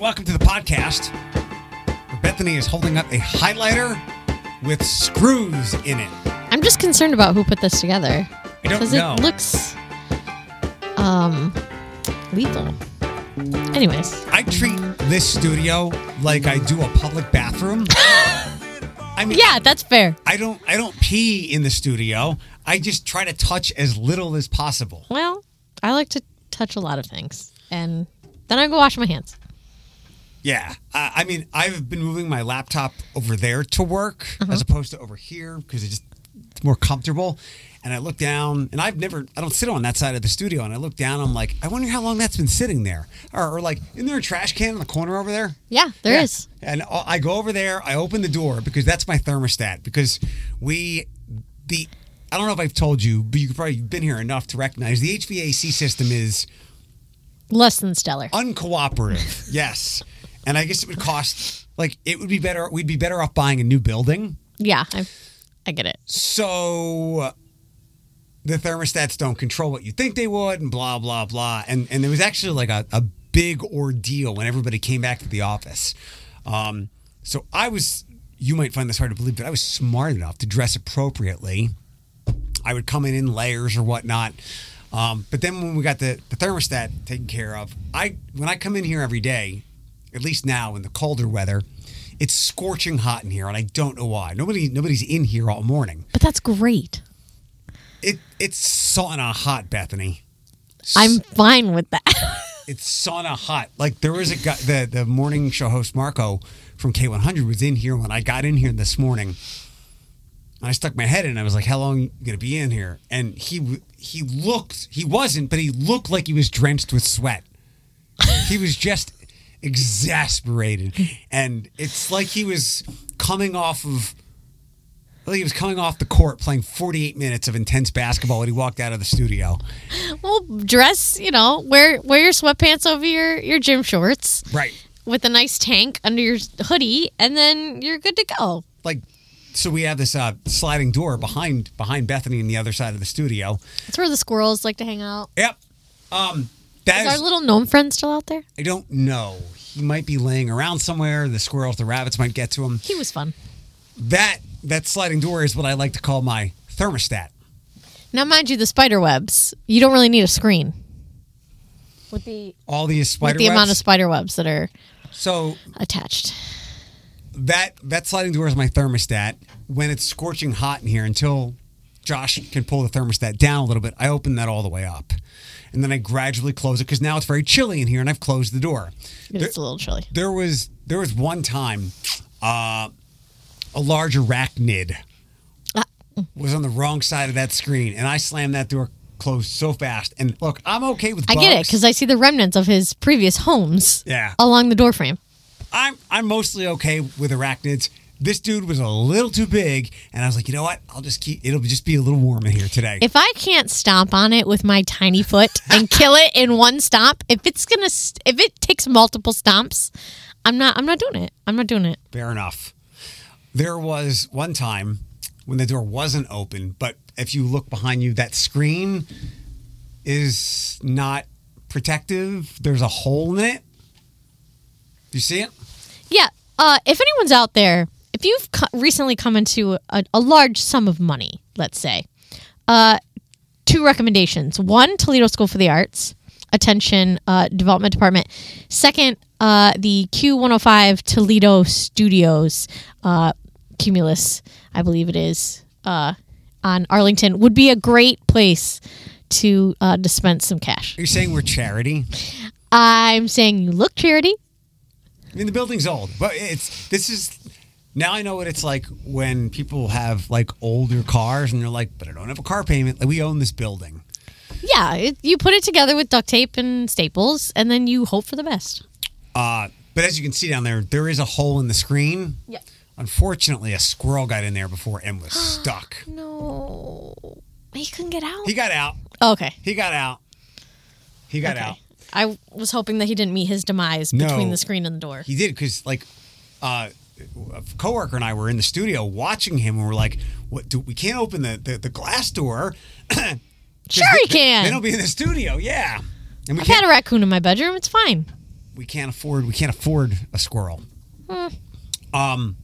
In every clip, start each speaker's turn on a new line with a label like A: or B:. A: welcome to the podcast. where Bethany is holding up a highlighter with screws in it.
B: I'm just concerned about who put this together.
A: I don't
B: Because
A: know.
B: it looks um lethal. Anyways.
A: I treat this studio like I do a public bathroom. I mean,
B: Yeah, that's fair.
A: I don't I don't pee in the studio. I just try to touch as little as possible.
B: Well, I like to touch a lot of things. And then I go wash my hands.
A: Yeah. I, I mean, I've been moving my laptop over there to work
B: Uh-huh.
A: as opposed to over here because it's just it's more comfortable. And I look down, and I've never, I don't sit on that side of the studio. And I look down, I'm like, I wonder how long that's been sitting there. Or, or like, isn't there a trash can in the corner over there?
B: Yeah, there
A: Yeah.
B: is.
A: And I I go over there, I open the door because that's my thermostat. Because we, the, I don't know if I've told you, but you've probably been here enough to recognize the HVAC system is
B: Less than stellar.
A: uncooperative. yes. And I guess it would cost, like, it would be better, we'd be better off buying a new building.
B: Yeah, I, I get it.
A: So the thermostats don't control what you think they would and blah, blah, blah. And, and there was actually like a, a big ordeal when everybody came back to the office. Um, so I was, you might find this hard to believe, but I was smart enough to dress appropriately. I would come in in layers or whatnot. Um, but then when we got the, the thermostat taken care of, I when I come in here every day, at least now in the colder weather, it's scorching hot in here, and I don't know why. Nobody nobody's in here all morning.
B: But that's great.
A: It it's sauna hot, Bethany.
B: I'm fine with that.
A: It's sauna hot. Like there was a guy, the the morning show host Marco from K100 was in here when I got in here this morning. And I stuck my head in. I was like, "How long you gonna be in here?" And he w- he looked. He wasn't, but he looked like he was drenched with sweat. he was just exasperated, and it's like he was coming off of. Like he was coming off the court playing 48 minutes of intense basketball when he walked out of the studio.
B: well, dress, you know, wear wear your sweatpants over your your gym shorts
A: Right.
B: with a nice tank under your hoodie and then you're good to go.
A: like so we have this uh, sliding door behind behind Bethany on the other side of the studio.
B: That's where the squirrels like to hang out.
A: Yep. Um that
B: Is
A: is,
B: our little gnome friend still out there?
A: I don't know. He might be laying around somewhere. The squirrels, the rabbits might get to him.
B: He was fun.
A: That that sliding door is what I like to call my thermostat.
B: Now, mind you, the spider webs, you don't really need a screen. With the
A: All these
B: with
A: spider
B: the amount of
A: webs.
B: spider webs that are
A: so
B: attached.
A: that that sliding door is my thermostat. When it's scorching hot in here, until Josh can pull the thermostat down a little bit, I open that all the way up, and then I gradually close it because now it's very chilly in here, and I've closed the door. There-
B: It's a little chilly.
A: there was there was one time uh, a large arachnid was on the wrong side of that screen and i slammed that door closed so fast and look i'm okay with
B: I
A: bugs.
B: get it because I see the remnants of his previous homes
A: Yeah.
B: along the door frame.
A: i'm i'm mostly okay with arachnids this dude was a little too big and i was like you know what i'll just keep it'll just be a little warm in here today
B: If I can't stomp on it with my tiny foot and kill it in one stomp, if it's gonna, st- if it takes multiple stomps, I'm not, I'm not doing it. I'm not doing it.
A: Fair enough. There was one time when the door wasn't open, but if you look behind you, that screen is not protective. There's a hole in it. Do you see it?
B: Yeah. Uh, if anyone's out there, if you've co- recently come into a, a large sum of money, let's say, uh, two recommendations. One, Toledo School for the Arts, attention, uh, development department. Second, uh, the Q105 Toledo Studios, uh, Cumulus, I believe it is, uh, on Arlington, would be a great place to uh, dispense some cash.
A: Are you saying we're charity?
B: I'm saying you look charity.
A: I mean, the building's old, but it's this is now I know what it's like when people have like older cars and they're like, but I don't have a car payment. Like, we own this building.
B: Yeah, it, you put it together with duct tape and staples, and then you hope for the best.
A: Uh, but as you can see down there, there is a hole in the screen.
B: Yep.
A: Unfortunately, a squirrel got in there before and was stuck.
B: No, he couldn't get out.
A: He got out.
B: Oh, okay,
A: He got out. He got
B: okay.
A: out.
B: I was hoping that he didn't meet his demise
A: No.
B: between the screen and the door.
A: He did because like uh, a coworker and I were in the studio watching him, and we're like, "What? Do, we can't open the the, the glass door." 'Cause
B: Sure, he
A: they-
B: can.
A: Then he'll be in the studio. Yeah. And we
B: I've had
A: can't.
B: a raccoon in my bedroom. It's fine.
A: we can't afford we can't afford a squirrel. Um,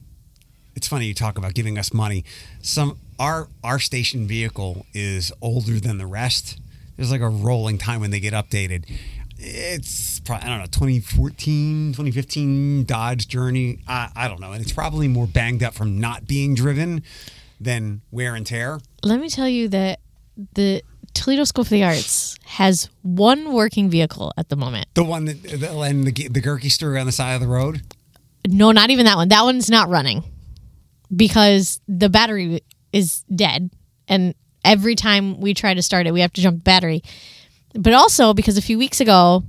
A: it's funny you talk about giving us money. Some our our station vehicle is older than the rest. There's like a rolling time when they get updated. It's probably I don't know 2014, 2015 Dodge Journey. I, I don't know, and it's probably more banged up from not being driven than wear and tear.
B: Let me tell you that the Toledo School for the Arts has one working vehicle at the moment.
A: The one that the, and the the Gherky story on the side of the road.
B: No, not even that one. That one's not running because the battery is dead. And every time we try to start it, we have to jump the battery. But also because a few weeks ago,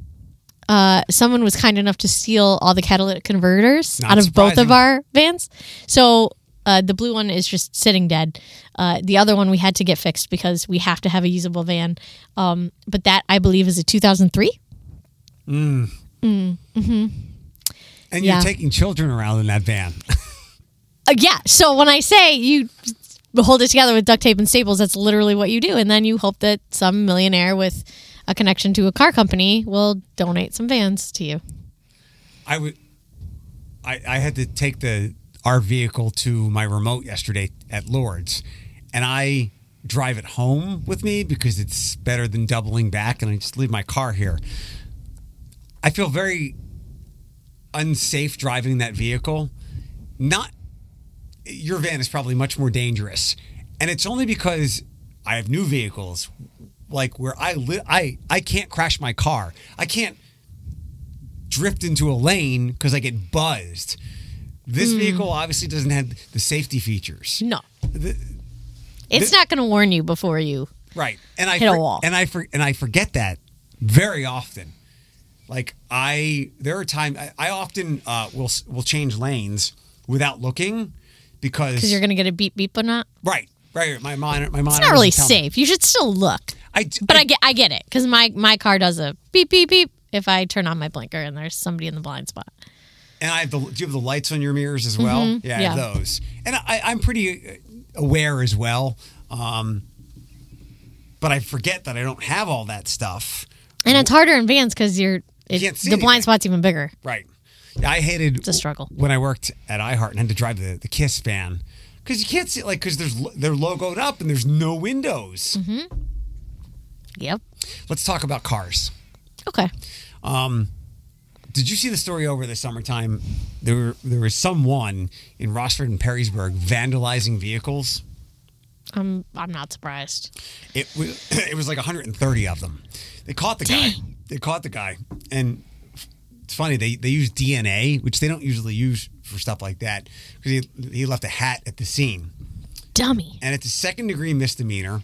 B: uh, someone was kind enough to steal all the catalytic converters
A: Not
B: out of both of
A: surprising.
B: our vans. So uh, the blue one is just sitting dead. Uh, the other one we had to get fixed because we have to have a usable van. Um, but that, I believe, is a 2003.
A: And
B: Yeah.
A: you're taking children around in that van.
B: Uh, yeah. So when I say you hold it together with duct tape and staples, that's literally what you do. And then you hope that some millionaire with a connection to a car company will donate some vans to you.
A: I would. I, I had to take the our vehicle to my remote yesterday at Lord's, and I drive it home with me because it's better than doubling back, and I just leave my car here. I feel very unsafe driving that vehicle. Not your van is probably much more dangerous, and it's only because I have new vehicles. Like where I live, I I can't crash my car. I can't drift into a lane because I get buzzed. This vehicle obviously doesn't have the safety features.
B: No. it's not going to warn you before you.
A: Right. And I
B: Hit a
A: for-
B: wall.
A: And I for, and I forget that very often. Like I, there are times I, I often uh, will s- will change lanes without looking because
B: Because you're going to get a beep beep but not.
A: right, right. My monitor, my monitor.
B: It's not really
A: doesn't tell me.
B: safe. You should still look.
A: I, d-
B: But I get I get it because my my car does a beep beep beep if I turn on my blinker and there's somebody in the blind spot.
A: and I have the. Do you have the lights on your mirrors as well? Yeah, I have
B: Mm-hmm. yeah.
A: those. And I, I'm pretty uh, aware as well. Um, but I forget that I don't have all that stuff.
B: And it's harder in vans because you're it,
A: can't see
B: the blind
A: anything.
B: spot's even bigger.
A: Right. I hated
B: It's a struggle.
A: when I worked at iHeart and had to drive the, the Kiss van because you can't see like because there's lo- they're logoed up and there's no windows.
B: Mm-hmm. Yep.
A: Let's talk about cars.
B: Okay.
A: Um, did you see the story over the summertime? There were, there was someone in Rossford and Perrysburg vandalizing vehicles.
B: I'm I'm not surprised.
A: It was it was like 130 of them. They caught the guy. They caught the guy, and f- it's funny they they use DNA, which they don't usually use for stuff like that because he he left a hat at the scene.
B: Dummy.
A: and it's a second degree misdemeanor.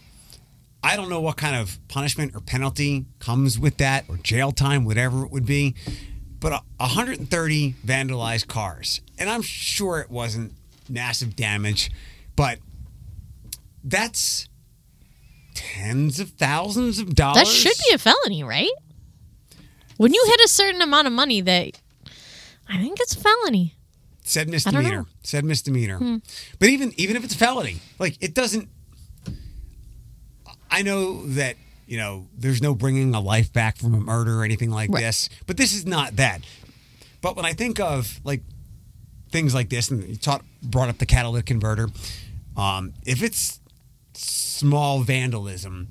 A: I don't know what kind of punishment or penalty comes with that, or jail time, whatever it would be. But a- 130 vandalized cars, and I'm sure it wasn't massive damage, but that's tens of thousands of dollars.
B: That should be a felony, right? When you hit a certain amount of money that I think it's a felony.
A: said
B: know. Hmm.
A: misdemeanor said misdemeanor but even even if it's a felony like it doesn't i know that you know there's no bringing a life back from a murder or anything like
B: Right.
A: this but this is not that but when i think of like things like this and you taught brought up the catalytic converter um, if it's small vandalism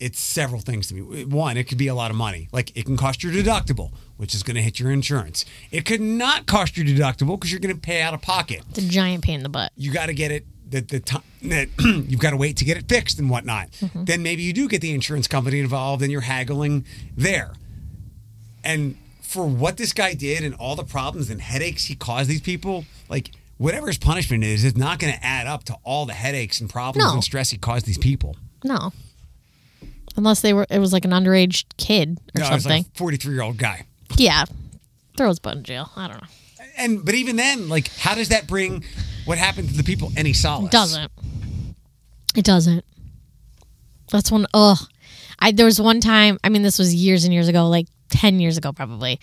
A: it's several things to me one it could be a lot of money like it can cost your deductible which is going to hit your insurance it could not cost your deductible because you're going to pay out of pocket
B: It's a giant pain in the butt.
A: you got to get it the, the time that you've got to wait to get it fixed and whatnot
B: Mm-hmm.
A: then maybe you do get the insurance company involved and you're haggling there and for what this guy did and all the problems and headaches he caused these people like whatever his punishment is it's not going to add up to all the headaches and problems
B: No.
A: and stress he caused these people
B: No. Unless they were it was like an underage kid or
A: no, it's
B: something.
A: like a 43 year old guy
B: yeah. Throw his butt in jail. I don't know.
A: and but even then like how does that bring what happened to the people any solace
B: Doesn't. It doesn't. That's one ugh. I there was one time, I mean this was years and years ago, like 10 years ago probably.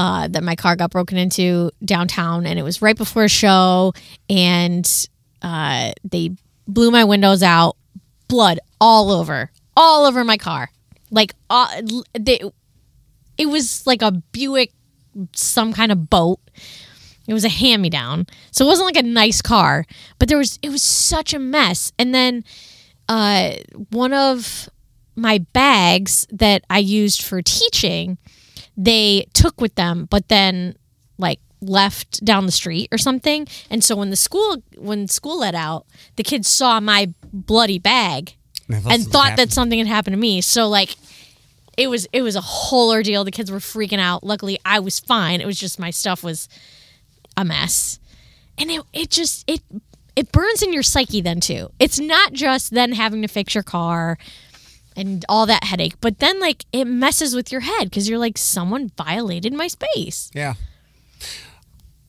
B: Uh, that my car got broken into downtown and it was right before a show and uh, they blew my windows out blood all over all over my car like uh, they, it was like a buick some kind of boat. It was a hand me down. So it wasn't like a nice car, but there was it was such a mess. And then uh, one of my bags that I used for teaching, they took with them, but then like left down the street or something. And so when the school when school let out, the kids saw my bloody bag
A: I
B: and
A: something
B: thought
A: happened.
B: that something had happened to me. So like it was it was a whole ordeal. The kids were freaking out. Luckily I was fine. It was just my stuff was a mess. And it it just it it burns in your psyche then too. It's not just then having to fix your car and all that headache, but then like it messes with your head because you're like someone violated my space.
A: Yeah.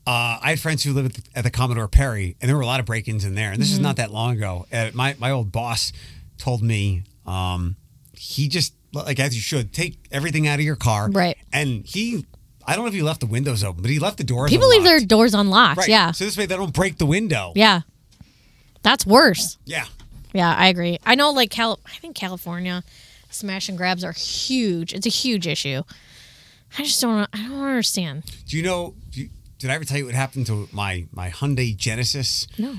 A: Uh, I had friends who lived at the, at the Commodore Perry, and there were a lot of break ins in there. And this
B: Mm-hmm.
A: is not that long ago. Uh, my, my old boss told me um, he just, like, as you should, take everything out of your car.
B: Right.
A: And he, I don't know if he left the windows open, but he left the doors
B: People leave their
A: unlocked.
B: doors unlocked.
A: Right.
B: Yeah.
A: So this way they don't break the window.
B: Yeah. That's worse.
A: Yeah.
B: Yeah, I agree. I know, like Cal, I think California smash and grabs are huge. It's a huge issue. I just don't. I don't understand.
A: Do you know? Do you, did I ever tell you what happened to my my Hyundai Genesis?
B: No.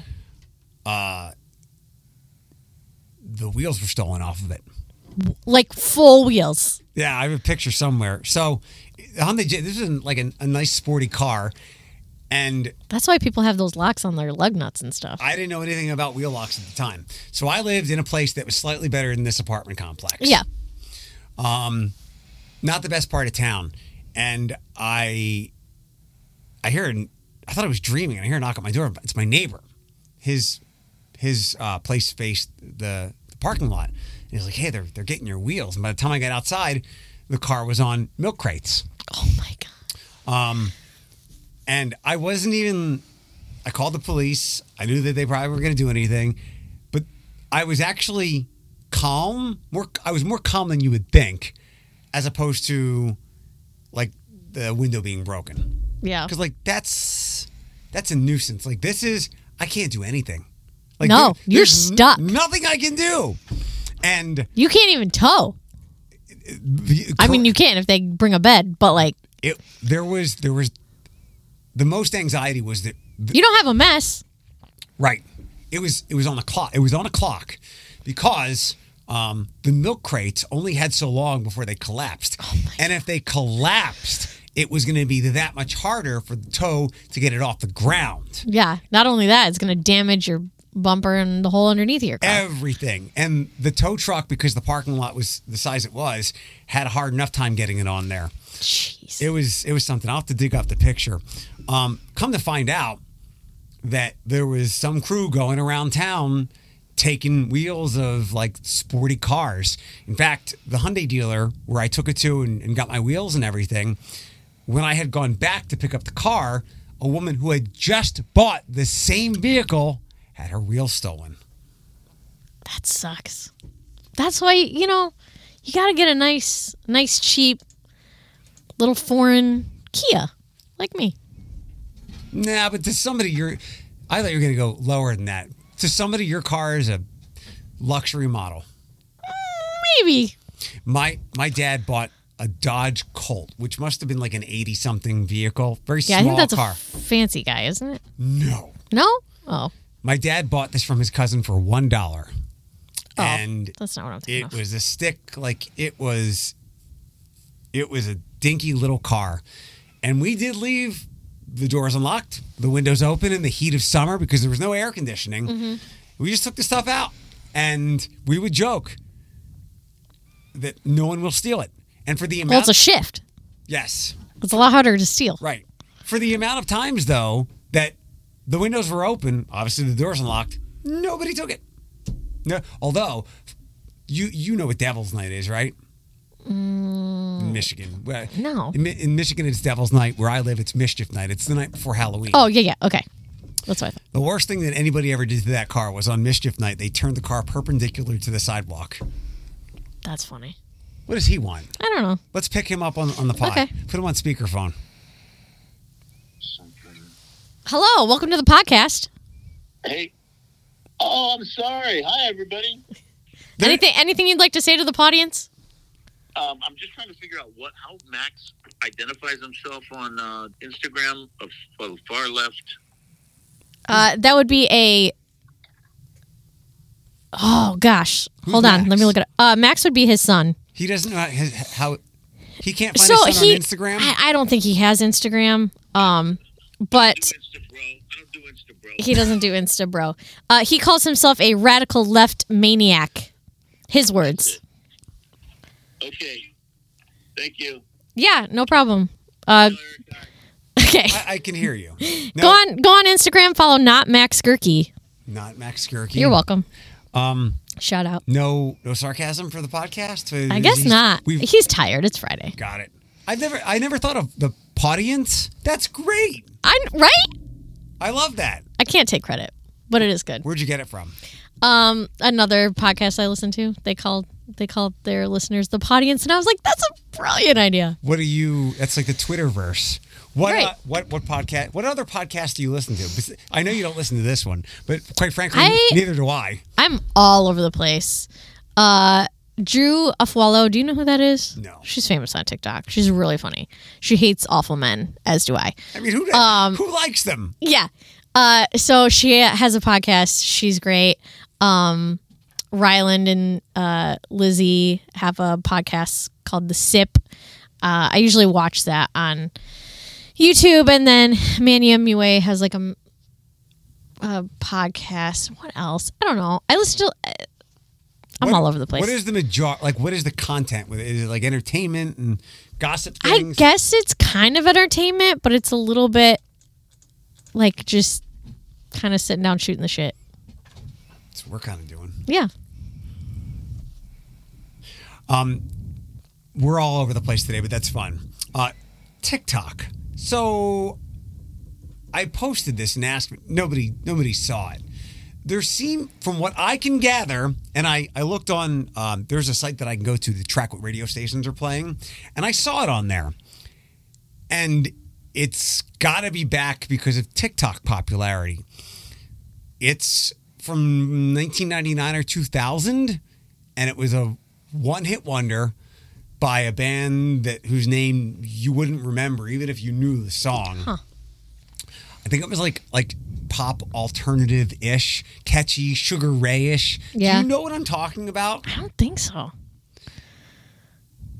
A: The wheels were stolen off of it.
B: Like full wheels.
A: Yeah, I have a picture somewhere. So the Hyundai, Gen- this is like a, a nice sporty car, and
B: That's why people have those locks on their lug nuts and stuff.
A: I didn't know anything about wheel locks at the time. So I lived in a place that was slightly better than this apartment complex.
B: yeah.
A: not the best part of town, and I, I hear, I thought I was dreaming, and I hear a knock at my door. But it's my neighbor. His, his uh, place faced the, the parking lot, and he's like, "Hey, they're they're getting your wheels." And by the time I got outside, the car was on milk crates.
B: Oh my god.
A: And I wasn't even. I called the police. I knew that they probably weren't going to do anything, but I was actually calm. More, I was more calm than you would think, as opposed to like the window being broken.
B: Yeah.
A: Because like that's that's a nuisance. Like this is I can't do anything. Like
B: No, you're
A: there's n-
B: stuck.
A: nothing I can do. And
B: You can't even tow.
A: the,
B: I mean, you can if they bring a bed, but like
A: it, there was there was the most anxiety was that
B: you don't have a mess.
A: Right. It was it was on a clock. It was on a clock because um, the milk crates only had so long before they collapsed. and if they collapsed, it was going to be that much harder for the toe to get it off the ground.
B: Yeah. Not only that, it's going to damage your bumper and the hole underneath your car.
A: Everything. And the tow truck because the parking lot was the size it was had a hard enough time getting it on there.
B: Jeez.
A: It was it was something. I'll have to dig up the picture. Um, come to find out that there was some crew going around town taking wheels of like sporty cars. In fact, the Hyundai dealer where I took it to and, and got my wheels and everything, when I had gone back to pick up the car, a woman who had just bought the same vehicle had her wheel stolen.
B: That sucks. That's why you know you got to get a nice, nice, cheap little foreign Kia, like me.
A: Nah, but to somebody, you're. I thought you were going to go lower than that. To somebody, your car is a luxury model.
B: Maybe
A: My my dad bought a Dodge Colt, which must have been like an eighty something vehicle, very
B: yeah. I
A: small
B: think that's
A: car.
B: a fancy guy, isn't it?
A: no,
B: No. Oh,
A: my dad bought this from his cousin for one dollar,
B: Oh.
A: and
B: that's not what I'm thinking
A: it
B: of.
A: was a stick. Like it was, it was a dinky little car, and we did leave the doors unlocked, the windows open in the heat of summer because there was no air conditioning.
B: Mm-hmm.
A: We just took the stuff out, and we would joke that no one will steal it. And for the amount,
B: well, it's a shift.
A: yes,
B: It's a lot harder to steal.
A: Right. For the amount of times though that the windows were open, obviously the doors unlocked, nobody took it. No, although you you know what Devil's Night is, right? In Michigan. Well,
B: Mm. No.
A: In, Mi- in Michigan, it's Devil's Night. Where I live, it's Mischief Night. It's the night before Halloween.
B: Oh yeah, yeah. Okay, that's what I thought.
A: The worst thing that anybody ever did to that car was on Mischief Night. They turned the car perpendicular to the sidewalk.
B: That's funny.
A: What does he want?
B: I don't know.
A: Let's pick him up on, on the pod.
B: Okay.
A: Put him on speakerphone.
B: Hello, welcome to the podcast.
C: Hey. Oh, I'm sorry. Hi, everybody.
A: There-
B: Anything, anything you'd like to say to the audience?
C: Um, I'm just trying to figure out what how Max identifies himself on uh, Instagram of, of far left.
B: Uh, that would be a. Oh gosh,
A: Who's
B: hold on. Let
A: Max?
B: me look at. Uh, Max would be his son.
A: He doesn't know how, his- how he can't find
B: so
A: his son
B: he.
A: on Instagram.
B: I, I don't think he has Instagram. Um, but
C: Do Insta bro. I don't do Insta bro.
B: he doesn't do Insta, bro. Uh, he calls himself a radical left maniac. His words.
C: Okay. Thank you.
B: Yeah, no problem. Uh, okay.
A: I, I can hear you. No,
B: Go on, go on Instagram. Follow not Max Gurkey.
A: Not Max Gerke.
B: You're welcome.
A: Hmm. Um,
B: Shout out.
A: no, no sarcasm for the podcast.
B: I guess
A: He's-
B: not.
A: We've
B: He's tired. It's Friday.
A: got it. I've never, I never thought of the audience. That's great.
B: I right.
A: I love that.
B: I can't take credit, but it is good.
A: Where'd you get it from?
B: Um, another podcast I listen to, they called they called their listeners the audience, and I was like, that's a brilliant idea.
A: What are you? That's like the Twitterverse. What
B: Right.
A: uh, what what podcast? What other podcast do you listen to? Bes- I know you don't listen to this one, but quite frankly,
B: I-
A: neither do I.
B: I'm all over the place. Uh, Drew Afwalo, do you know who that is?
A: No.
B: she's famous on TikTok. She's really funny. She hates awful men, as do I.
A: I mean, who does-
B: Um,
A: who likes them?
B: Yeah. Uh, so she has a podcast. She's great. Um, Ryland and uh, Lizzie have a podcast called The Sip. Uh, I usually watch that on YouTube, and then Mania Mue has like a, m- a podcast. What else? I don't know. I listen to. uh, I'm
A: What-
B: all over the place.
A: What is the major? Like, what is the content with it? Is it like entertainment and gossip
B: I
A: things?
B: guess it's kind of entertainment, but it's a little bit like just kind of sitting down shooting the shit.
A: That's what we're kind of doing.
B: Yeah.
A: We're all over the place today, but that's fun. Uh, TikTok. So I posted this and asked nobody nobody saw it. There seem from what I can gather, and I I looked on. Um, there's a site that I can go to to track what radio stations are playing, and I saw it on there, and it's got to be back because of TikTok popularity. It's from 1999 or 2000, and it was a one-hit wonder by a band that whose name you wouldn't remember even if you knew the song. I think it was like like pop alternative ish, catchy, Sugar Ray ish.
B: Yeah.
A: Do you know what I'm talking about?
B: I don't think so.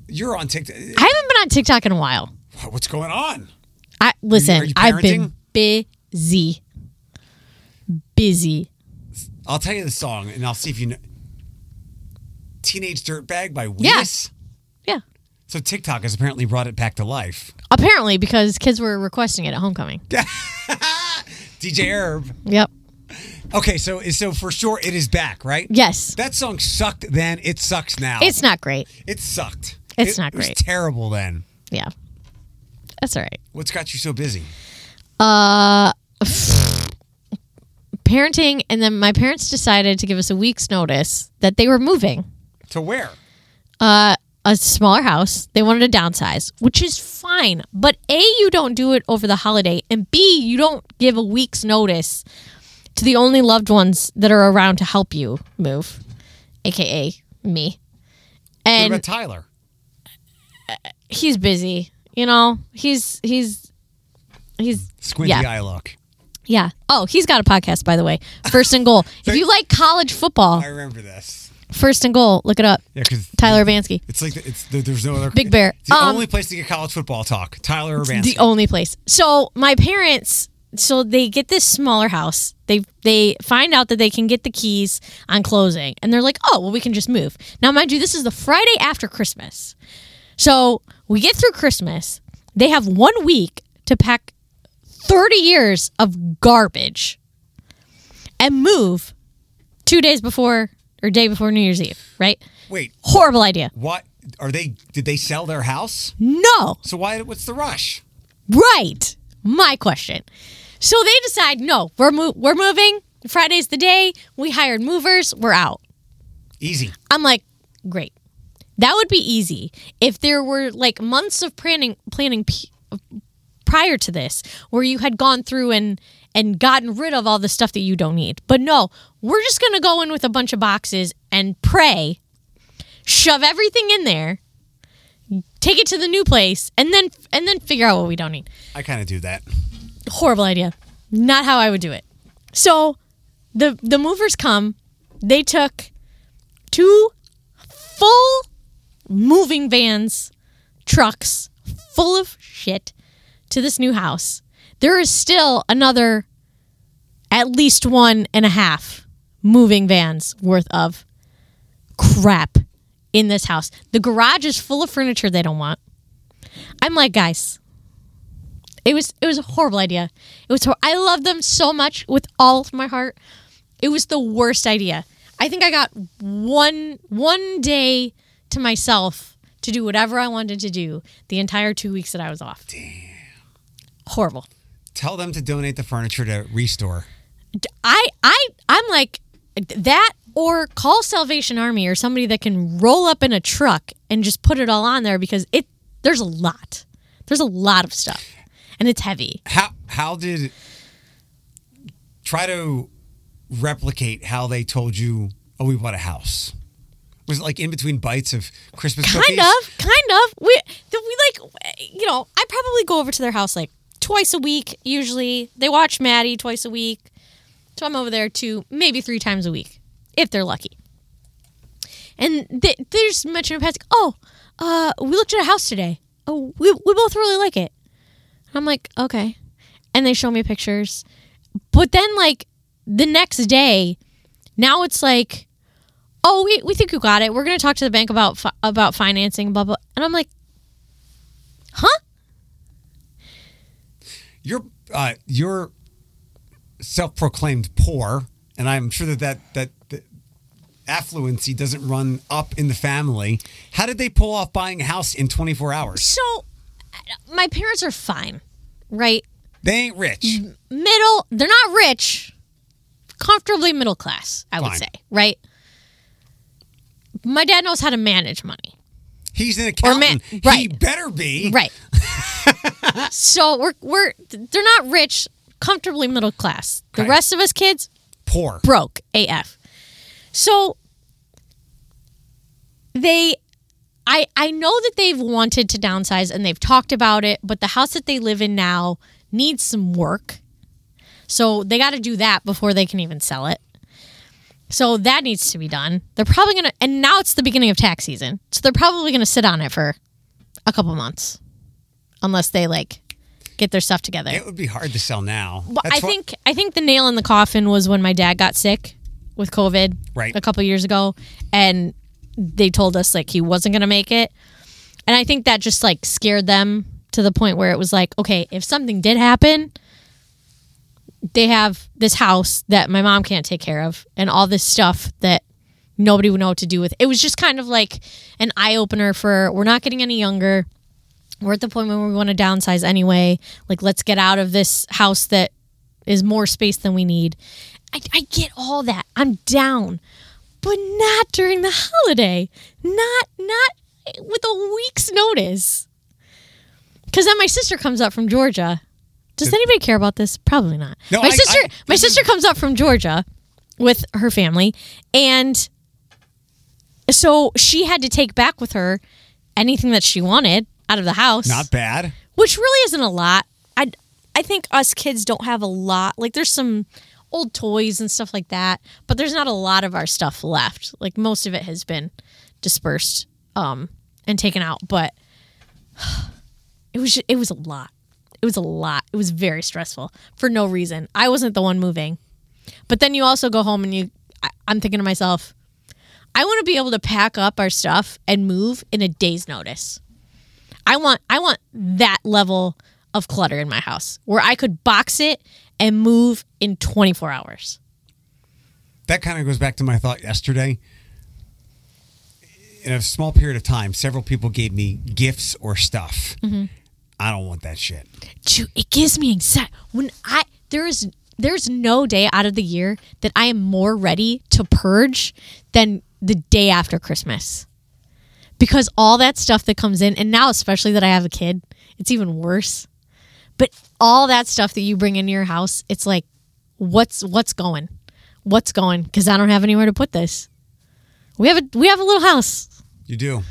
A: You're on TikTok.
B: I haven't been on TikTok in a while.
A: What's going on?
B: I listen.
A: Are you
B: I've been busy, busy.
A: I'll tell you the song and I'll see if you know. Teenage Dirtbag by Weezer.
B: Yes. Yeah.
A: So TikTok has apparently brought it back to life.
B: Apparently, because kids were requesting it at homecoming.
A: DJ Herb.
B: Yep.
A: Okay, so so for sure it is back, right?
B: Yes.
A: That song sucked then. It sucks now.
B: It's not great.
A: it sucked.
B: It's
A: It
B: not
A: was
B: great.
A: terrible then.
B: Yeah. That's all right.
A: What's got you so busy?
B: Parenting, and then my parents decided to give us a week's notice that they were moving
A: To where?
B: a smaller house. They wanted to downsize, which is fine. But A, you don't do it over the holiday, and B, you don't give a week's notice to the only loved ones that are around to help you move, aka
A: What
B: me. And
A: about Tyler?
B: he's busy, you know. He's he's he's
A: Squinty
B: yeah.
A: eye look.
B: yeah. Oh, he's got a podcast by the way. First and goal. if you like college football,
A: I remember this.
B: first and goal, look it up.
A: Yeah, because
B: Tyler Bansky.
A: it's like the, it's there- there's no other
B: Big Bear.
A: It's the
B: Um,
A: only place to get college football talk. Tyler Urbanski.
B: the only place. So my parents, so they get this smaller house. They they find out that they can get the keys on closing, and they're like, oh well, we can just move. Now, mind you, this is the Friday after Christmas, so we get through Christmas. They have one week to pack thirty years of garbage and move two days before or day before New Year's Eve. Right?
A: Wait,
B: Horrible idea.
A: what are they? Did they sell their house?
B: No.
A: So why? What's the rush?
B: Right. My question. So they decide, no, we're mo- we're moving. Friday's the day. We hired movers. We're out.
A: Easy.
B: I'm like, great. That would be easy if there were like months of planning planning p- prior to this where you had gone through and and gotten rid of all the stuff that you don't need. But no, we're just going to go in with a bunch of boxes and pray, shove everything in there, take it to the new place, and then and then figure out what we don't need.
A: I kind of do that.
B: horrible idea. Not how I would do it. So the the movers come. They took two full moving vans, trucks full of shit to this new house. There is still another at least one and a half moving vans worth of crap in this house. The garage is full of furniture they don't want. I'm like, guys, it was it was a horrible idea. It was hor- I love them so much with all of my heart. It was the worst idea. I think I got one one day to myself to do whatever I wanted to do the entire two weeks that I was off. Damn. Horrible.
A: Tell them to donate the furniture to Restore.
B: D- I I I'm like that or call Salvation Army or somebody that can roll up in a truck and just put it all on there because it there's a lot. There's a lot of stuff. And it's heavy.
A: How how did try to replicate how they told you? Oh, we bought a house. Was it like in between bites of Christmas
B: Kind
A: cookies?
B: of, kind of. We th- we like you know, I probably go over to their house like twice a week usually. They watch Maddie twice a week. So I'm over there two, maybe three times a week if they're lucky. And they, they just mentioned in passing, "Oh, uh, we looked at a house today. Oh, we we both really like it." And I'm like, "Okay." And they show me pictures. But then like the next day, now it's like oh we, we think you got it we're going to talk to the bank about fi- about financing blah blah and i'm like huh
A: You're uh, you're self-proclaimed poor, and I'm sure that that that. that affluency doesn't run up in the family. How did they pull off buying a house in 24 hours?
B: so my parents are fine right
A: They ain't rich.
B: Mm. middle they're not rich comfortably middle class i would
A: Fine.
B: say right my dad knows how to manage money
A: He's an
B: Or ma-
A: accountant. He
B: right.
A: better be.
B: right so we're we're they're not rich comfortably middle class the
A: Okay.
B: rest of us kids
A: Poor.
B: broke AF. So they I I know that they've wanted to downsize and they've talked about it, but the house that they live in now needs some work. So they got to do that before they can even sell it. So that needs to be done. They're probably going to and now it's the beginning of tax season. So they're probably going to sit on it for a couple months unless they like get their stuff together.
A: It would be hard to sell now.
B: Well,
A: That's
B: I
A: why-
B: think I think the nail in the coffin was when my dad got sick with COVID,
A: Right.
B: a couple years ago, and they told us like he wasn't gonna make it, and I think that just like scared them to the point where it was like, okay, if something did happen, they have this house that my mom can't take care of, and all this stuff that nobody would know what to do with. It was just kind of like an eye opener for we're not getting any younger we're at the point where we want to downsize anyway. Like, let's get out of this house that is more space than we need. I, I get all that. I'm down, but not during the holiday. Not not with a week's notice. Because then my sister comes up from Georgia. Does anybody care about this? Probably not.
A: No,
B: my
A: I-
B: sister
A: I-
B: my sister comes up from Georgia with her family and so she had to take back with her anything that she wanted out of the house
A: not bad.
B: which really isn't a lot i i think us kids don't have a lot like there's some old toys and stuff like that but there's not a lot of our stuff left like most of it has been dispersed um and taken out but it was ju- it was a lot it was a lot it was very stressful for no reason i wasn't the one moving but then you also go home and you I, i'm thinking to myself i want to be able to pack up our stuff and move in a day's notice I want I want that level of clutter in my house where I could box it and move in 24 hours.
A: That kind of goes back to my thought yesterday. In a small period of time, several people gave me gifts or stuff.
B: Mm-hmm.
A: I don't want that shit.
B: Dude, it gives me anxiety when I there is there's no day out of the year that I am more ready to purge than the day after Christmas. Because all that stuff that comes in and now especially that I have a kid, it's even worse. But all that stuff that you bring into your house, it's like what's what's going? What's going? Cuz I don't have anywhere to put this. We have a we have a little house.
A: You do.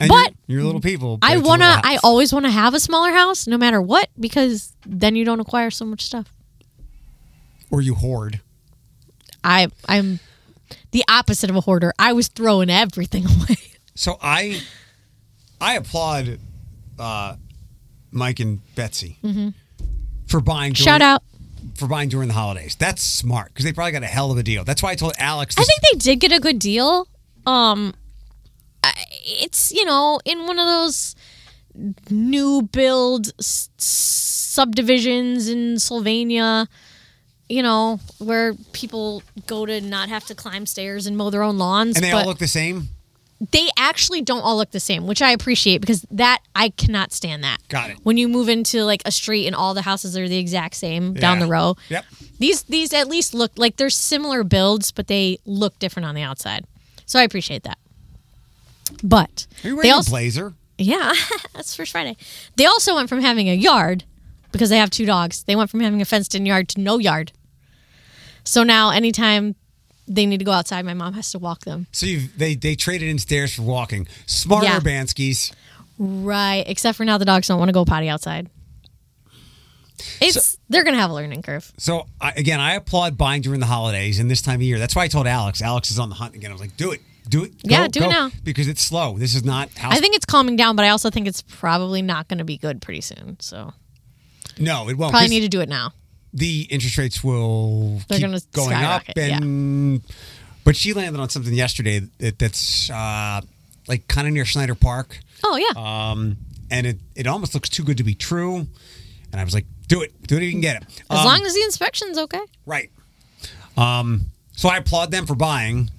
A: And
B: But
A: you're, you're little people. but
B: I
A: it's a
B: wanna.
A: little
B: I
A: house.
B: always want to have a smaller house, no matter what, because then you don't acquire so much stuff.
A: or you hoard.
B: I I'm the opposite of a hoarder. I was throwing everything away.
A: So I, I applaud uh, Mike and Betsy for buying. During,
B: Mm-hmm. Shout out.
A: for buying during the holidays. That's smart because they probably got a hell of a deal. That's why I told Alex.
B: I
A: this-
B: think they did get a good deal. Um, I- it's you know in one of those new build s- subdivisions in Sylvania, you know where people go to not have to climb stairs and mow their own lawns.
A: and they
B: but
A: all look the same.
B: they actually don't all look the same, which I appreciate because that I cannot stand that.
A: Got it.
B: When you move into like a street and all the houses are the exact same down
A: Yeah.
B: the row.
A: Yep.
B: These these at least look like they're similar builds, but they look different on the outside. So I appreciate that. But
A: Are you
B: they
A: wearing a
B: also
A: blazer?
B: yeah, that's first Friday. They also went from having a yard because they have two dogs. They went from having a fenced-in yard to no yard. So now anytime they need to go outside, my mom has to walk them.
A: So you they they traded in stairs for walking. Smart
B: Yeah.
A: Urbanskis.
B: Right, except for now the dogs don't want to go potty outside. It's they're gonna have a learning curve.
A: So I, again, I applaud buying during the holidays and this time of year. That's why I told Alex. Alex is on the hunt again. I was like, do it, do it,
B: Yeah,
A: go,
B: do it
A: go,"
B: now.
A: because it's slow. This is not house.
B: I think it's calming down, but I also think it's probably not gonna be good pretty soon. So
A: no, it won't.
B: probably
A: 'cause
B: need to do it now.
A: the interest rates will
B: They're
A: keep
B: gonna
A: going
B: skyrocket,
A: up, and but she landed on something yesterday that, that's uh, like kind of near Snyder Park.
B: Oh yeah.
A: Um, and it, it almost looks too good to be true. And I was like, do it, do it if you can get it.
B: as
A: Um,
B: long as the inspection's okay.
A: Right. Um, so I applaud them for buying.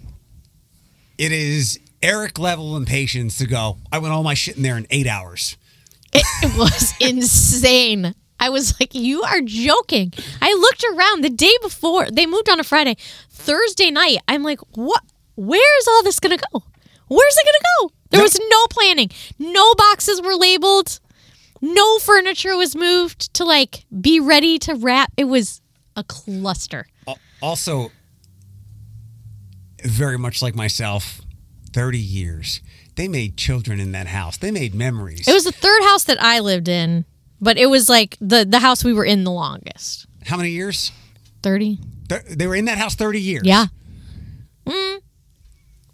A: It is Eric level impatience to go. I want all my shit in there in eight hours.
B: It, it was insane. I was like, you are joking. I looked around the day before. They moved on a Friday. Thursday night, I'm like, what? Where's all this going to go? Where's it going to go? There was no planning. No boxes were labeled. No furniture was moved to like be ready to wrap. It was a cluster.
A: Al- Also, very much like myself, 30 years. They made children in that house. They made memories.
B: It was the third house that I lived in, but it was like the, the house we were in the longest.
A: How many years?
B: 30,
A: Thir- They were in that house 30 years.
B: Yeah. Mm,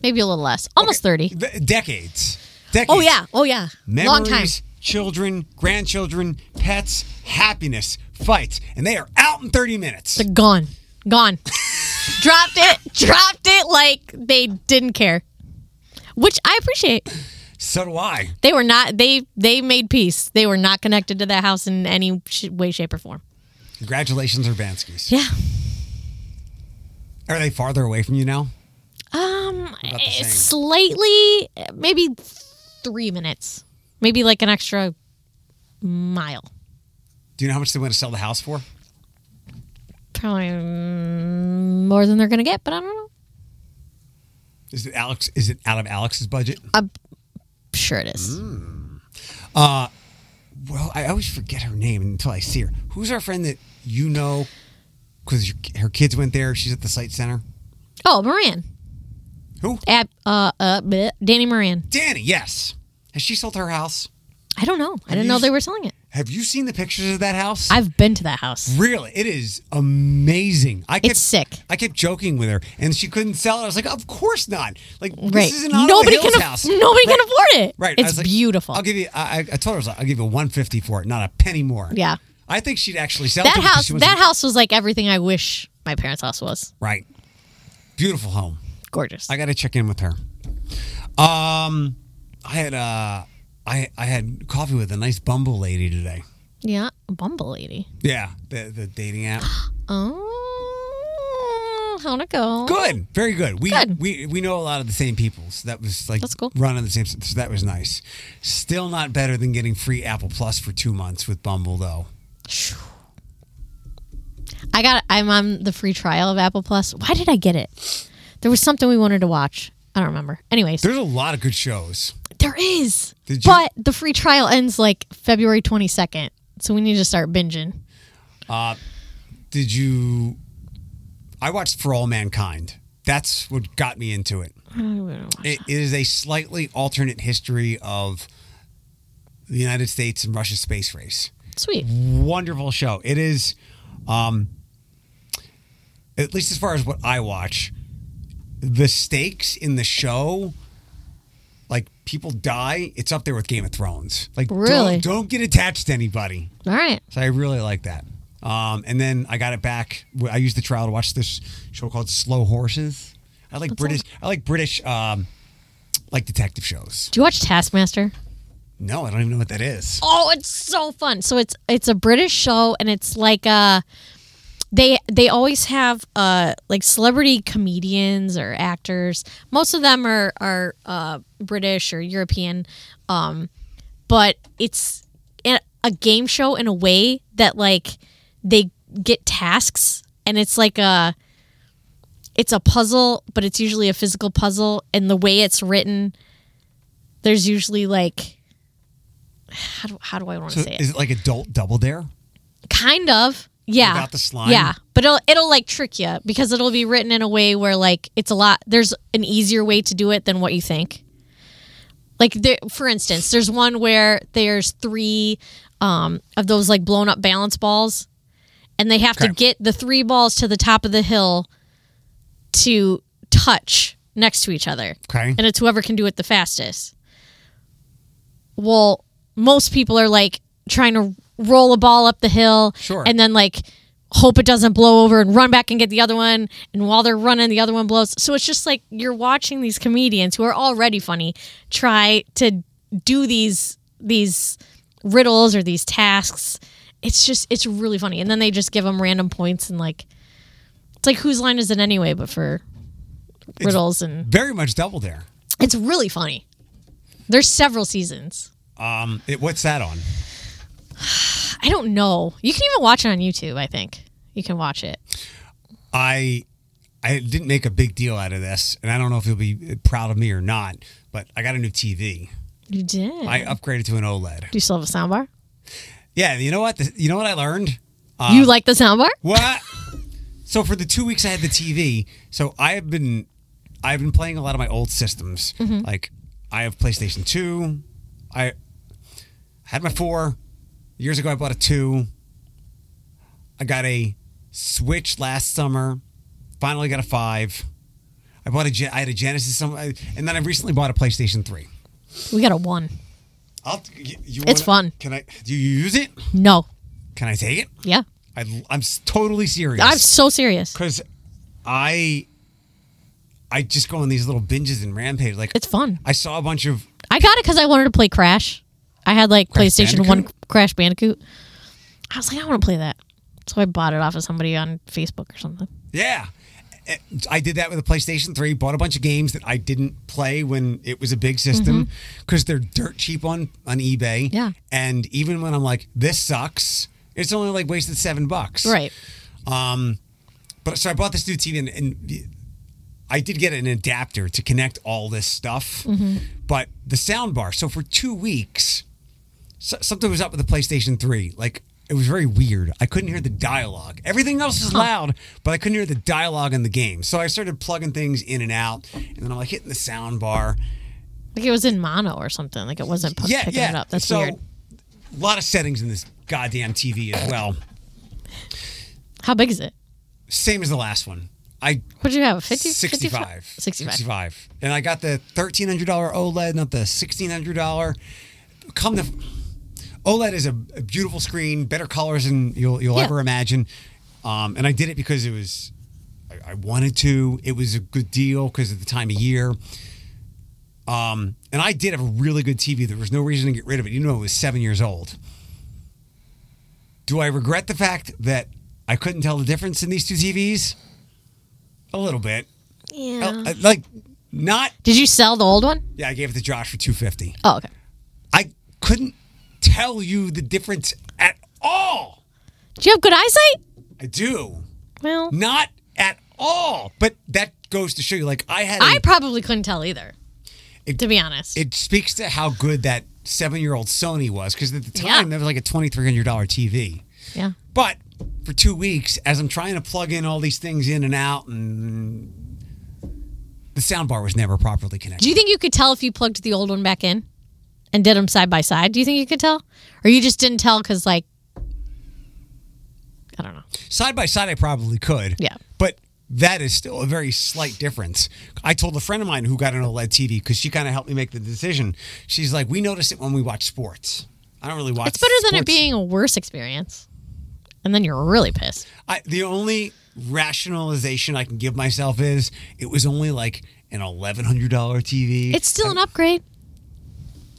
B: maybe a little less. Almost 30.
A: Th- decades. Decades.
B: Oh, yeah. Oh, yeah.
A: Memories,
B: Long time.
A: children, grandchildren, pets, happiness, fights. And they are out in 30 minutes.
B: Gone. Gone. dropped it. Dropped it like they didn't care. Which I appreciate.
A: so do I.
B: They were not. They they made peace. They were not connected to that house in any sh- way, shape, or form.
A: Congratulations, Urbanskis.
B: Yeah.
A: Are they farther away from you now?
B: Um.
A: About the same.
B: Slightly, maybe three minutes. Maybe like an extra mile.
A: Do you know how much they want to sell the house for?
B: Probably mm, more than they're gonna get, but I don't know.
A: Is it Alex? Is it out of Alex's budget?
B: Sure, it is.
A: Well, I always forget her name until I see her. Who's our friend that you know? Because her kids went there. She's at the site center.
B: Oh, Moran.
A: Who?
B: Ab, uh, uh, bleh, Danny Moran.
A: Danny. Yes. Has she sold her house?
B: I don't know. I didn't
A: you
B: know
A: s-
B: they were selling it.
A: Have you seen the pictures of that house?
B: I've been to that house.
A: Really, it is amazing. I kept,
B: It's sick.
A: I kept joking with her, and she couldn't sell it. I was like, "Of course not! Like
B: Right.
A: this is an Ottawa
B: Nobody
A: Hills
B: can aff-
A: house.
B: nobody can afford it.
A: Right. I
B: It's
A: was like,
B: beautiful.
A: I'll give you. I, I I told her I was like, I'll give you one fifty for it, not a penny more.
B: Yeah.
A: I think she'd actually sell it
B: that
A: to me 'cause
B: house
A: she wants
B: that
A: to-
B: house was like everything I wish my parents' house was.
A: Right. Beautiful home.
B: Gorgeous.
A: I got to check in with her. Um, I had uh, I I had coffee with a nice Bumble lady today.
B: yeah. Bumble lady.
A: Yeah, the the dating app.
B: Oh, how'd it go?
A: Good, very good. We
B: Good.
A: we we know a lot of the same people. So that was like
B: That's cool.
A: running the same. So that was nice. Still not better than getting free Apple Plus for two months with Bumble though.
B: I got. I'm on the free trial of Apple Plus. Why did I get it? There was something we wanted to watch. I don't remember. Anyways,
A: There's a lot of good shows.
B: There is.
A: Did you-
B: But the free trial ends like February 22nd. So we need to start binging.
A: Did you? I watched For All Mankind. that's what got me into it.
B: I don't even watch
A: It is a slightly alternate history of the United States and Russia's space race.
B: that. Sweet.
A: Wonderful show. It is, um, at least as far as what I watch, the stakes in the show, like people die, it's up there with Game of Thrones. Like, don't-
B: Really?
A: don't get attached to anybody.
B: All right.
A: So I really like that. Um, and then I got it back. I used the trial to watch this show called Slow Horses. I like British. I like British, um, like detective shows.
B: Do you watch Taskmaster?
A: No, I don't even know what that is.
B: Oh, it's so fun. So it's it's a British show, and it's like uh they they always have uh like celebrity comedians or actors. Most of them are are uh, British or European, um, but it's a a game show in a way that like they get tasks, and it's like a it's a puzzle, but it's usually a physical puzzle, and the way it's written, there's usually like. How do, how do I want to
A: So
B: say it?
A: is it like adult Double Dare?
B: kind of yeah
A: Without the slime?
B: yeah but it'll it'll like trick you because it'll be written in a way where like it's a lot there's an easier way to do it than what you think like there, for instance there's one where there's three um, of those like blown up balance balls and they have to
A: Okay.
B: get the three balls to the top of the hill to touch next to each other
A: Okay.
B: and it's whoever can do it the fastest. Well, most people are like trying to roll a ball up the hill
A: Sure.
B: and then like hope it doesn't blow over and run back and get the other one and while they're running the other one blows. So it's just like you're watching these comedians who are already funny try to do these these riddles or these tasks. It's just it's really funny. And then they just give them random points and like it's like whose line is it anyway but for riddles and
A: Very much Double Dare.
B: it's really funny. There's several seasons.
A: Um, it, what's that on?
B: I don't know. You can even watch it on YouTube, I think. You can watch it.
A: I I didn't make a big deal out of this, and I don't know if you'll be proud of me or not. But I got a new TV.
B: You did.
A: I upgraded to an OLED.
B: Do you still have a soundbar?
A: Yeah, you know what? You know what I learned? uh,
B: you like the soundbar?
A: What? so for the two weeks I had the TV, so I have been, I've been playing a lot of my old systems.
B: Mm-hmm.
A: Like I have PlayStation Two. I had my four years ago. I bought a two. I got a Switch last summer. Finally got a five. I bought a. Gen- I had a Genesis, some, I- and then I recently bought a PlayStation Three.
B: We got a one.
A: I'll, you, you
B: It's fun.
A: Can I? Do you use it?
B: No.
A: Can I take it?
B: Yeah.
A: I, I'm s- totally serious.
B: I'm so serious.
A: because I I just go on these little binges and rampage. Like
B: It's fun.
A: I saw a bunch of
B: I got it because I wanted to play Crash. I had like
A: Crash
B: PlayStation One
A: Bandicoot?
B: Crash Bandicoot. I was like, I want to play that. So I bought it off of somebody on Facebook or something.
A: yeah. Eh, I did that with a PlayStation 3. Bought a bunch of games that I didn't play when it was a big system because they're dirt cheap on on eBay.
B: Mm-hmm. Yeah.
A: and even when I'm like, this sucks. It's only like wasted seven bucks.
B: Right.
A: Um, but so I bought this new TV, and, and I did get an adapter to connect all this stuff.
B: Mm-hmm.
A: But the sound bar. So for two weeks, so, something was up with the PlayStation Three. Like it was very weird. I couldn't hear the dialogue. Everything else is loud, but I couldn't hear the dialogue in the game. So I started plugging things in and out, and then I'm like hitting the sound bar.
B: Like it was in mono or something. Like it wasn't pu-
A: Yeah,
B: picking
A: yeah.
B: it up. That's
A: so,
B: weird.
A: A lot of settings in this goddamn TV as well.
B: How big is it?
A: Same as the last one. I
B: What'd you have? 50,
A: 65.
B: 65.
A: 65. And I got the $1,300 OLED, E not the $1,600. Come to. OLED is a, a beautiful screen, better colors than you'll, you'll
B: Yeah.
A: ever imagine. Um, and I did it because it was. I, I wanted to. It was a good deal because of the time of year. Um, and I did have a really good TV. There was no reason to get rid of it. You know, it was seven years old. Do I regret the fact that I couldn't tell the difference in these two TVs? A little bit.
B: Yeah.
A: Uh, uh, like not
B: Did you sell the old one?
A: yeah i gave it to josh for 250
B: Oh, okay.
A: i couldn't tell you the difference at all
B: Do you have good eyesight?
A: i do
B: Well,
A: not at all but that goes to show you like i had a-
B: I probably couldn't tell either.
A: It-
B: to be honest,
A: it speaks to how good that seven-year-old sony was because at the time
B: Yeah.
A: that was like a $2300 tv
B: yeah.
A: but for two weeks as i'm trying to plug in all these things in and out and The sound bar was never properly connected.
B: Do you think you could tell if you plugged the old one back in and did them side by side? Do you think you could tell? Or you just didn't tell because, like, I don't know.
A: side by side, I probably could.
B: Yeah.
A: But that is still a very slight difference. I told a friend of mine who got an E OLED TV because she kind of helped me make the decision. She's like, we notice it when we watch sports. I don't really watch.
B: It's better than it
A: sports.
B: being a worse experience. And then you're really pissed.
A: I, the only rationalization I can give myself is it was only like an eleven hundred dollar TV.
B: It's still an upgrade.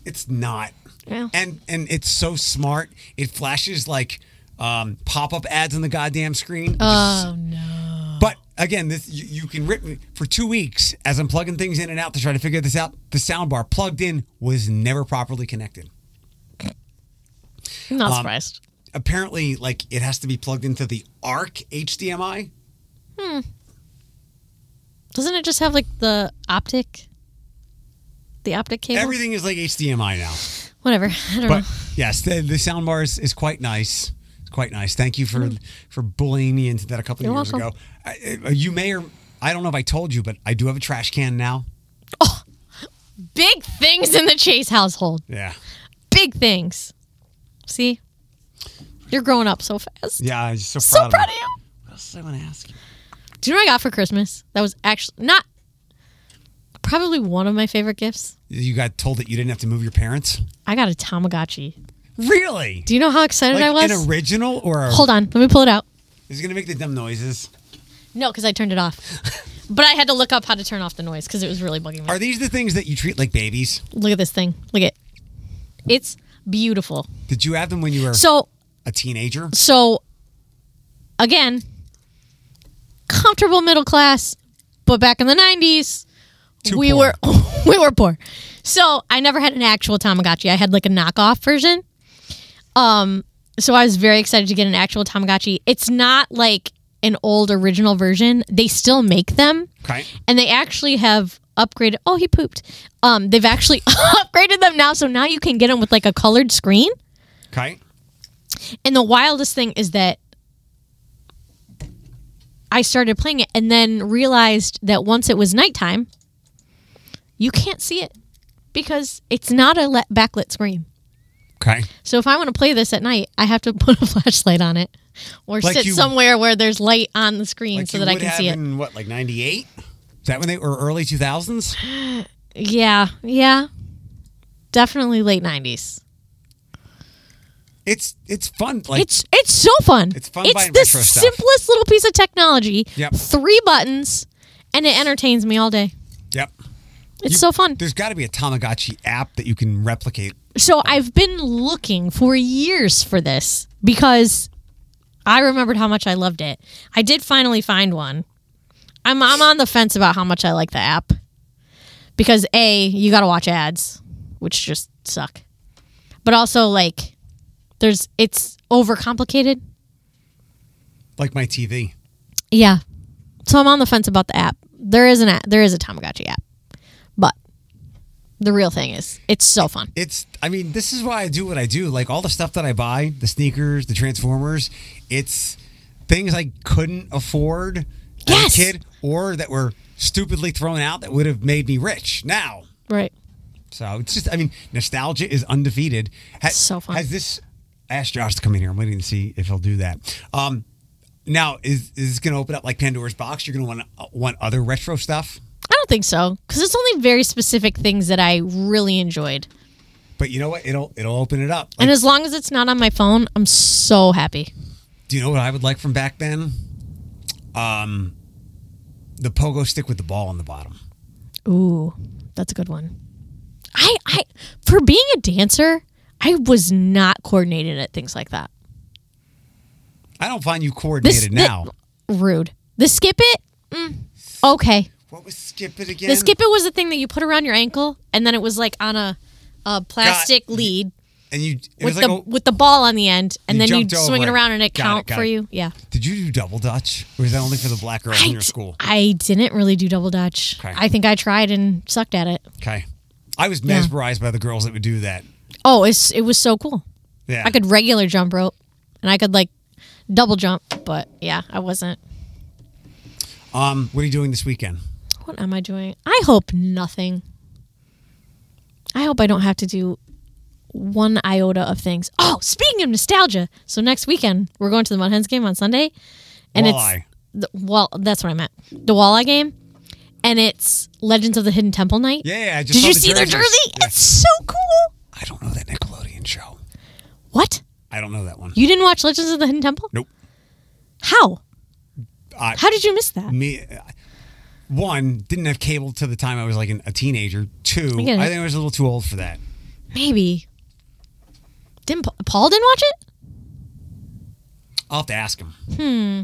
A: It's not.
B: Yeah.
A: And and it's so smart. It flashes like um, pop up ads on the goddamn screen.
B: Oh, no.
A: But again, this you, you can rip me for two weeks as I'm plugging things in and out to try to figure this out. The sound bar plugged in was never properly connected.
B: I'm
A: Um,
B: not surprised.
A: Apparently, like it has to be plugged into the ARC HDMI.
B: Doesn't it just have, like, the optic? The optic cable?
A: Everything is like HDMI now.
B: Mm-hmm. Whatever. I don't
A: But
B: know.
A: yes, the, the sound bar is, is quite nice. It's quite nice. Thank you for for bullying me into that a couple of
B: Mm-hmm. You're
A: years
B: welcome.
A: ago. I, I- you may or I don't know if I told you, but I do have a trash can now.
B: Big things in the Chase household.
A: Yeah,
B: Big things. See? You're growing up so fast.
A: yeah. I'm so proud,
B: So
A: of,
B: proud of
A: it.
B: you.
A: What else did I want to ask you?
B: Do you know what I got for Christmas? That was actually not probably one of my favorite gifts.
A: You got told that you didn't have to move your parents.
B: I got a Tamagotchi.
A: Really?
B: Do you know how excited I
A: Like
B: was?
A: an original or a,
B: Hold on, let me pull it out.
A: is it gonna make the dumb noises?
B: No, because I turned it off. but I had to look up how to turn off the noise because it was really bugging me.
A: Are these the things that you treat like babies?
B: look at this thing. Look at it's beautiful.
A: Did you have them when you were
B: So
A: a teenager?
B: so again, comfortable middle class, but back in the nineties,
A: Too
B: we
A: poor.
B: were we were poor. So I never had an actual Tamagotchi. I had like a knockoff version. Um, so I was very excited to get an actual Tamagotchi. It's not like an old original version. They still make them,
A: Okay.
B: and they actually have upgraded. Oh, he pooped. Um, they've actually upgraded them now, so now you can get them with like a colored screen.
A: Okay.
B: And the wildest thing is that I started playing it and then realized that once it was nighttime, you can't see it because it's not a le- backlit screen.
A: Okay.
B: So if I want to play this at night, I have to put a flashlight on it or
A: Like
B: sit
A: you-
B: somewhere where there's light on the screen so
A: you
B: that I
A: would
B: can
A: have
B: see it.
A: in what, like ninety eight? Is that when they were early two thousands?
B: Yeah, yeah. Definitely late 90s.
A: It's it's fun. Like
B: it's it's so fun.
A: It's fun
B: It's
A: buying
B: the
A: retro stuff.
B: simplest little piece of technology.
A: Yep.
B: Three buttons, and it entertains me all day.
A: Yep.
B: It's
A: You-
B: so fun.
A: There's gotta be a Tamagotchi app that you can replicate.
B: So I've been looking for years for this because I remembered how much I loved it. I did finally find one. I'm I'm on the fence about how much I like the app because a you got to watch ads, which just suck, but also like there's it's overcomplicated.
A: Like my TV.
B: Yeah. So I'm on the fence about the app. There is an app. There is a Tamagotchi app, but the real thing is it's so fun.
A: It's I mean, this is why I do what I do. Like all the stuff that I buy, the sneakers, the transformers, it's things I couldn't afford
B: Yes.
A: as a kid or that were stupidly thrown out that would have made me rich now.
B: Right.
A: So it's just, I mean, nostalgia is undefeated. Has,
B: So fun.
A: Has this? I asked Josh to come in here. I'm waiting to see if he'll do that. Um, now is is this going to open up like Pandora's box? You're going to want want other retro stuff,
B: I don't think so because it's only very specific things that I really enjoyed.
A: but you know what? It'll it'll open it up. Like,
B: And as long as it's not on my phone, I'm so happy.
A: do you know what I would like from back then? Um, the pogo stick with the ball on the bottom.
B: Ooh, that's a good one. I I for being a dancer, I was not coordinated at things like that.
A: I don't find you
B: This
A: coordinated
B: thi-
A: now.
B: rude. The skip it. Mm, okay.
A: what was skip it again?
B: The skip it was the thing that you put around your ankle, and then it was like on a, a plastic
A: Got-
B: lead
A: and you it
B: with
A: was
B: the
A: like oh, a-
B: with the ball on the end, and
A: You
B: then you
A: jumped over
B: swing it
A: it.
B: around and it
A: Got it,
B: count
A: got
B: for
A: it.
B: you. Yeah.
A: did you do double dutch or is that only for the black girls
B: I,
A: in your
B: d-
A: school?
B: I didn't really do double dutch.
A: Okay.
B: I think I tried and sucked at it.
A: Okay. I was mesmerized by the girls that would do that.
B: Oh, it's it was so cool.
A: Yeah.
B: I could regular jump rope, and I could like double jump, but yeah, I wasn't.
A: Um, what are you doing this weekend?
B: What am I doing? I hope nothing. I hope I don't have to do one iota of things. Oh, speaking of nostalgia, so next weekend we're going to the Mud Hens game on Sunday, and
A: Walleye.
B: it's the, well, that's what I meant. The walleye game, and it's Legends of the Hidden Temple night.
A: Yeah, I just
B: Did
A: saw
B: you
A: the
B: see their
A: jerseys.
B: jersey?
A: Yeah.
B: It's so cool.
A: I don't know that Nickelodeon show.
B: What?
A: I don't know that one.
B: You didn't watch Legends of the Hidden Temple?
A: Nope.
B: How?
A: I-
B: How did you miss that?
A: me uh, one didn't have cable to the time I was like an, a teenager. Two, I,
B: get it.
A: think I was a little too old for that.
B: Maybe. Didn't Pa- Paul didn't watch it?
A: I'll have to ask him. Hmm.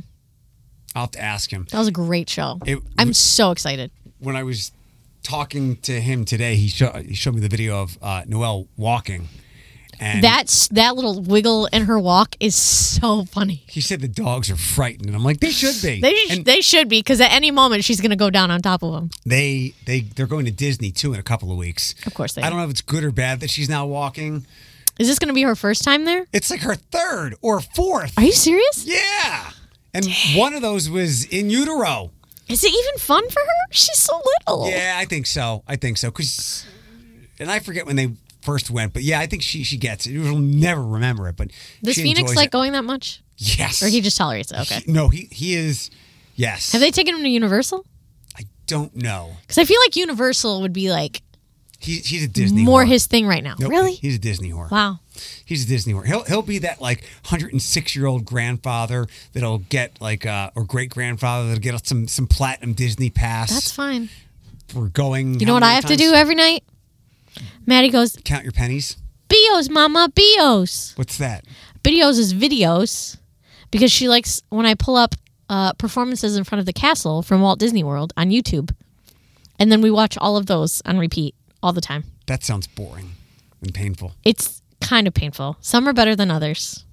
A: I'll have to ask him.
B: That was a great show.
A: It-
B: I'm so excited.
A: When I was talking to him today, he, show, he showed me the video of uh, Noelle walking, and
B: That's that little wiggle in her walk is so funny.
A: he said the dogs are frightened, and I'm like, they should be.
B: They sh-
A: and
B: they should be because at any moment she's gonna go down on top of him.
A: they they they're going to Disney too in a couple of weeks.
B: Of course they
A: I don't know if it's good or bad that she's now walking.
B: Is this gonna be her first time there?
A: It's like her third or fourth.
B: Are you serious?
A: Yeah. And one of those was in utero.
B: Is it even fun for her? She's so little.
A: Yeah, I think so. I think so. Cause, and I forget when they first went, but yeah, I think she she gets it. You'll never remember it, but
B: Does
A: she
B: Phoenix
A: enjoys
B: like
A: it.
B: going that much,
A: yes,
B: or he just tolerates it? Okay.
A: He- no, he he is yes.
B: Have they taken him to Universal?
A: I don't know.
B: Because I feel like Universal would be like
A: He, he's a Disney
B: more
A: whore.
B: his thing right now.
A: Nope,
B: really?
A: He's a Disney whore.
B: Wow.
A: He's a Disney whore. He'll he'll be that like 106 year old grandfather that'll get like uh or great grandfather that'll get some some platinum Disney pass.
B: That's fine.
A: We're going.
B: You know what I have to do every night? Maddie goes,
A: Count your pennies.
B: Bios, mama, Bios.
A: What's that?
B: Videos is videos because she likes when I pull up uh, performances in front of the castle from Walt Disney World on YouTube. And then we watch all of those on repeat all the time.
A: That sounds boring and painful.
B: It's kind of painful. Some are better than others.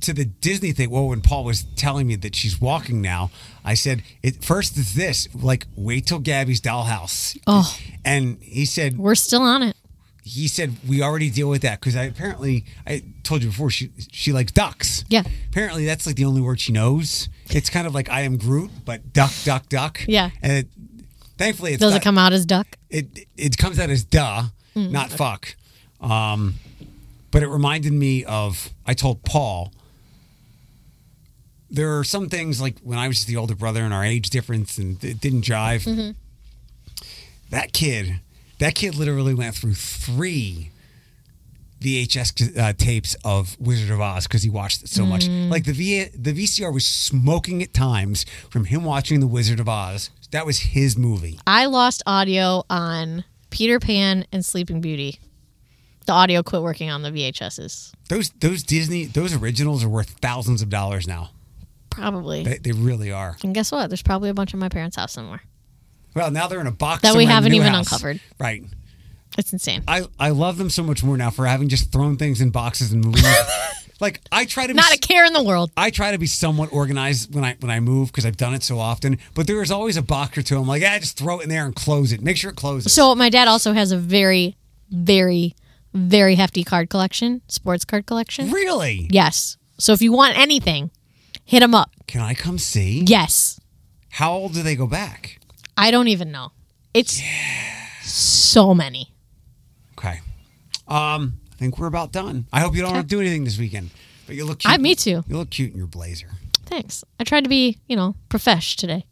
A: to the Disney thing, well, when Paul was telling me that she's walking now, I said, "It first is this, like wait till Gabby's dollhouse."
B: Oh.
A: and he said,
B: We're still on it.
A: he said we already deal with that because I apparently I told you before she she likes ducks.
B: Yeah.
A: apparently that's like the only word she knows. It's kind of like I am Groot, but duck, duck, duck.
B: Yeah.
A: and it, thankfully it's
B: Does
A: not,
B: it come out as duck?
A: it it comes out as duh, not fuck. Um, but it reminded me of I told Paul there are some things like when I was the older brother and our age difference and it didn't jive. That kid, that kid literally went through three VHS uh, tapes of Wizard of Oz because he watched it so much. Like the v- the VCR was smoking at times from him watching the Wizard of Oz. That was his movie.
B: I lost audio on Peter Pan and Sleeping Beauty. The audio quit working on the VHSs.
A: Those those Disney those originals are worth thousands of dollars now.
B: Probably.
A: They, they really are.
B: and guess what? There's probably a bunch in my parents' house somewhere.
A: Well, now they're in a box
B: That
A: somewhere
B: we
A: in the
B: haven't
A: new
B: even
A: house.
B: uncovered.
A: Right.
B: It's insane.
A: I I love them so much more now for having just thrown things in boxes and moving. them. like I try to be
B: Not a care in the world.
A: I try to be somewhat organized when I when I move because I've done it so often. But there is always a box or two. I'm like, ah, just throw it in there and close it. Make sure it closes.
B: So my dad also has a very, very, very hefty card collection, sports card collection.
A: really,
B: Yes. So if you want anything, hit him up.
A: can I come see?
B: Yes.
A: How old do they go back?
B: I don't even know. It's so many.
A: Okay. Um, I think we're about done. I hope you don't have to do anything this weekend. But you look. Cute.
B: I- me too.
A: You look cute in your blazer.
B: Thanks. I tried to be, you know, profesh today.